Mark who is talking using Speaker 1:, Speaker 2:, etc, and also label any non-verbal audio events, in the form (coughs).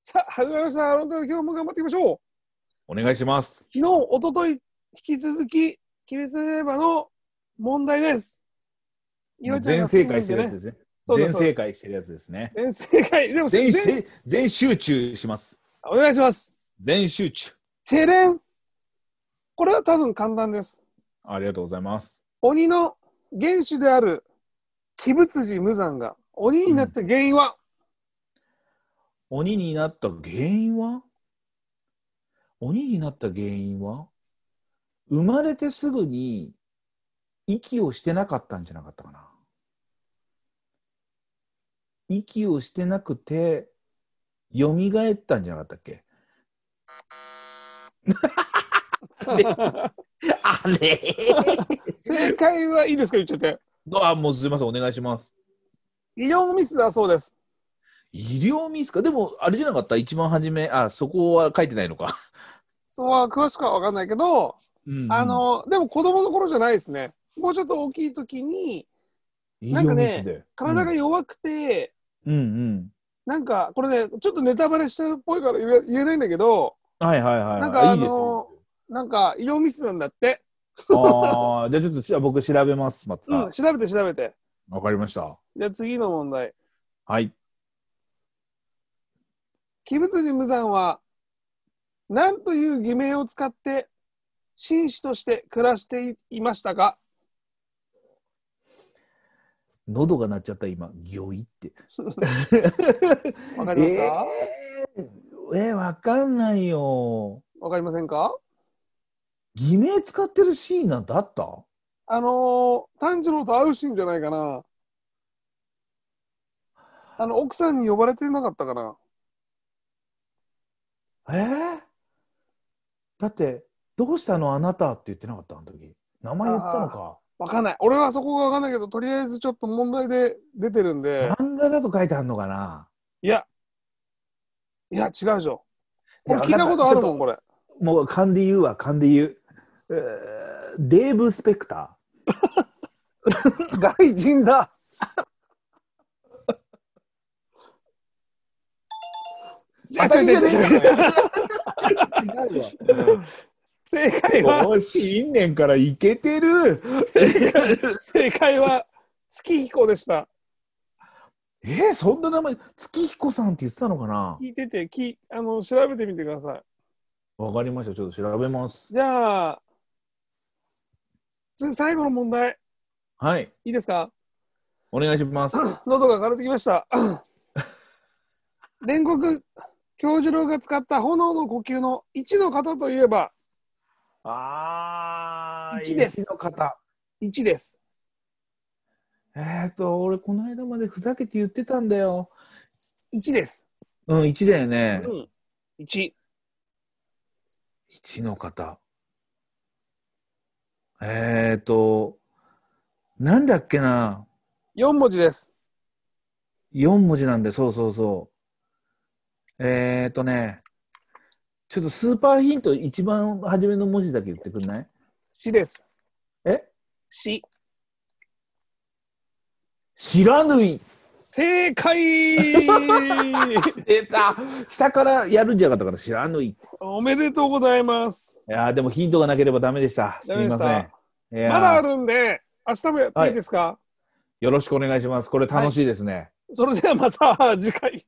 Speaker 1: さあ、始まりました。本当に今日も頑張っていきましょう。
Speaker 2: お願いします。
Speaker 1: 昨日、一昨日引き続き、鬼滅の刃の問題です。いろいろ
Speaker 2: 全正解してるやつ
Speaker 1: ね
Speaker 2: で。すね。
Speaker 1: そうで
Speaker 2: 全
Speaker 1: すそうで
Speaker 2: 正
Speaker 1: す
Speaker 2: 解してるやつですね。
Speaker 1: 全正解。でも、
Speaker 2: 全
Speaker 1: 全
Speaker 2: 集全集中します。
Speaker 1: お願いします。
Speaker 2: 全集中。
Speaker 1: テレン。これは多分簡単です。
Speaker 2: ありがとうございます。
Speaker 1: 鬼の原種である鬼仏寺無惨が鬼になった原因は、
Speaker 2: 鬼になった原因は鬼になった原因は生まれてすぐに息をしてなかったんじゃなかったかな。息をしてなくて、蘇ったんじゃなかったっけ (laughs) あれ
Speaker 1: 正解はいいですか言っちゃって。
Speaker 2: あ、もうすいません、お願いします。
Speaker 1: 医療ミスだそうです。
Speaker 2: 医療ミスかでも、あれじゃなかった一番初め、あ、そこは書いてないのか。
Speaker 1: そうは詳しくは分かんないけど、
Speaker 2: うん
Speaker 1: あ、のでも子供の頃じゃないですね。もうちょっと大きい時に
Speaker 2: 医
Speaker 1: なんか
Speaker 2: 療
Speaker 1: ね
Speaker 2: ミスで。
Speaker 1: 体が弱くて、
Speaker 2: うん、うん
Speaker 1: なんかこれねちょっとネタバレしてるっぽいから言え言えないんだけど
Speaker 2: うん。はいはいはい。
Speaker 1: なんか
Speaker 2: いいです
Speaker 1: あの
Speaker 2: よ
Speaker 1: なんか医療ミスなんだって、
Speaker 2: あーじゃあちょっとし僕調べます、また。
Speaker 1: うん、
Speaker 2: わ、
Speaker 1: 調べて調べて
Speaker 2: かりました。
Speaker 1: じゃあ次の問題
Speaker 2: はい。
Speaker 1: 鬼仏寺無惨は何という偽名を使って紳士として暮らしていましたか
Speaker 2: 喉が鳴っちゃった、今、ギョイって。
Speaker 1: わかりますかわ、
Speaker 2: えー、 (laughs) えー、わかんないよ。
Speaker 1: かりませんか
Speaker 2: 偽名使ってるシーンなんてあった
Speaker 1: あのー、炭治郎と会うシーンじゃないかなあの奥さんに呼ばれてなかったかな
Speaker 2: えー、だって、どうしたのあなたって言ってなかった、あの時。名前言ってたのか。
Speaker 1: わかんない。俺はそこがわかんないけど、とりあえずちょっと問題で出てるんで、
Speaker 2: 漫画だと書いてあるのかない
Speaker 1: や、いや、違うでしょ。これ
Speaker 2: じ
Speaker 1: 聞い
Speaker 2: ゃ
Speaker 1: たことあるもん、こ
Speaker 2: わか
Speaker 1: れ。
Speaker 2: ったちょっともう勘で言うわ、勘で言う。えーデーブ・スペクタ (laughs)
Speaker 1: 外人だ。
Speaker 2: ー。
Speaker 1: あ、違う違う違う違う。
Speaker 2: 違うわ。
Speaker 1: 正解は、
Speaker 2: 惜しいんねんからいけてる。
Speaker 1: (laughs) 正解は、月彦でした。
Speaker 2: (laughs) えー、そんな名前、月彦さんって言ってたのかな
Speaker 1: 聞いてて、きあの調べてみてください。
Speaker 2: わかりました、ちょっと調べます。
Speaker 1: じゃあ、つ最後の問題、
Speaker 2: はい、
Speaker 1: いいですか
Speaker 2: お願いします。
Speaker 1: (coughs) 喉が枯れてきました。煉獄教授郎が使った炎の呼吸の1の方といえば
Speaker 2: あ
Speaker 1: ー一です
Speaker 2: 一の方。
Speaker 1: 1です。
Speaker 2: えーっと、俺、この間までふざけて言ってたんだよ。
Speaker 1: 1です。
Speaker 2: うん、1だよ
Speaker 1: う
Speaker 2: ね。
Speaker 1: ん。1。
Speaker 2: 一の方。えー、と、なんだっけな、
Speaker 1: 4文字です。
Speaker 2: 4文字なんで、そうそうそう。えー、とね、ちょっとスーパーヒント、一番初めの文字だけ言ってくんない
Speaker 1: 死です。
Speaker 2: え
Speaker 1: 死。
Speaker 2: 知らぬい
Speaker 1: 正解 (laughs)
Speaker 2: 出た下からやるんじゃなかったから、知らぬい。い
Speaker 1: おめでとうございます。
Speaker 2: やーでもヒントがなければダメでした。す
Speaker 1: ダメ
Speaker 2: み
Speaker 1: で
Speaker 2: ま
Speaker 1: し
Speaker 2: せん
Speaker 1: た。。
Speaker 2: いやー
Speaker 1: まだあるんで、明日もやっていいですか、
Speaker 2: よろしくお願いします。これ楽しいですね。
Speaker 1: それではまた次回。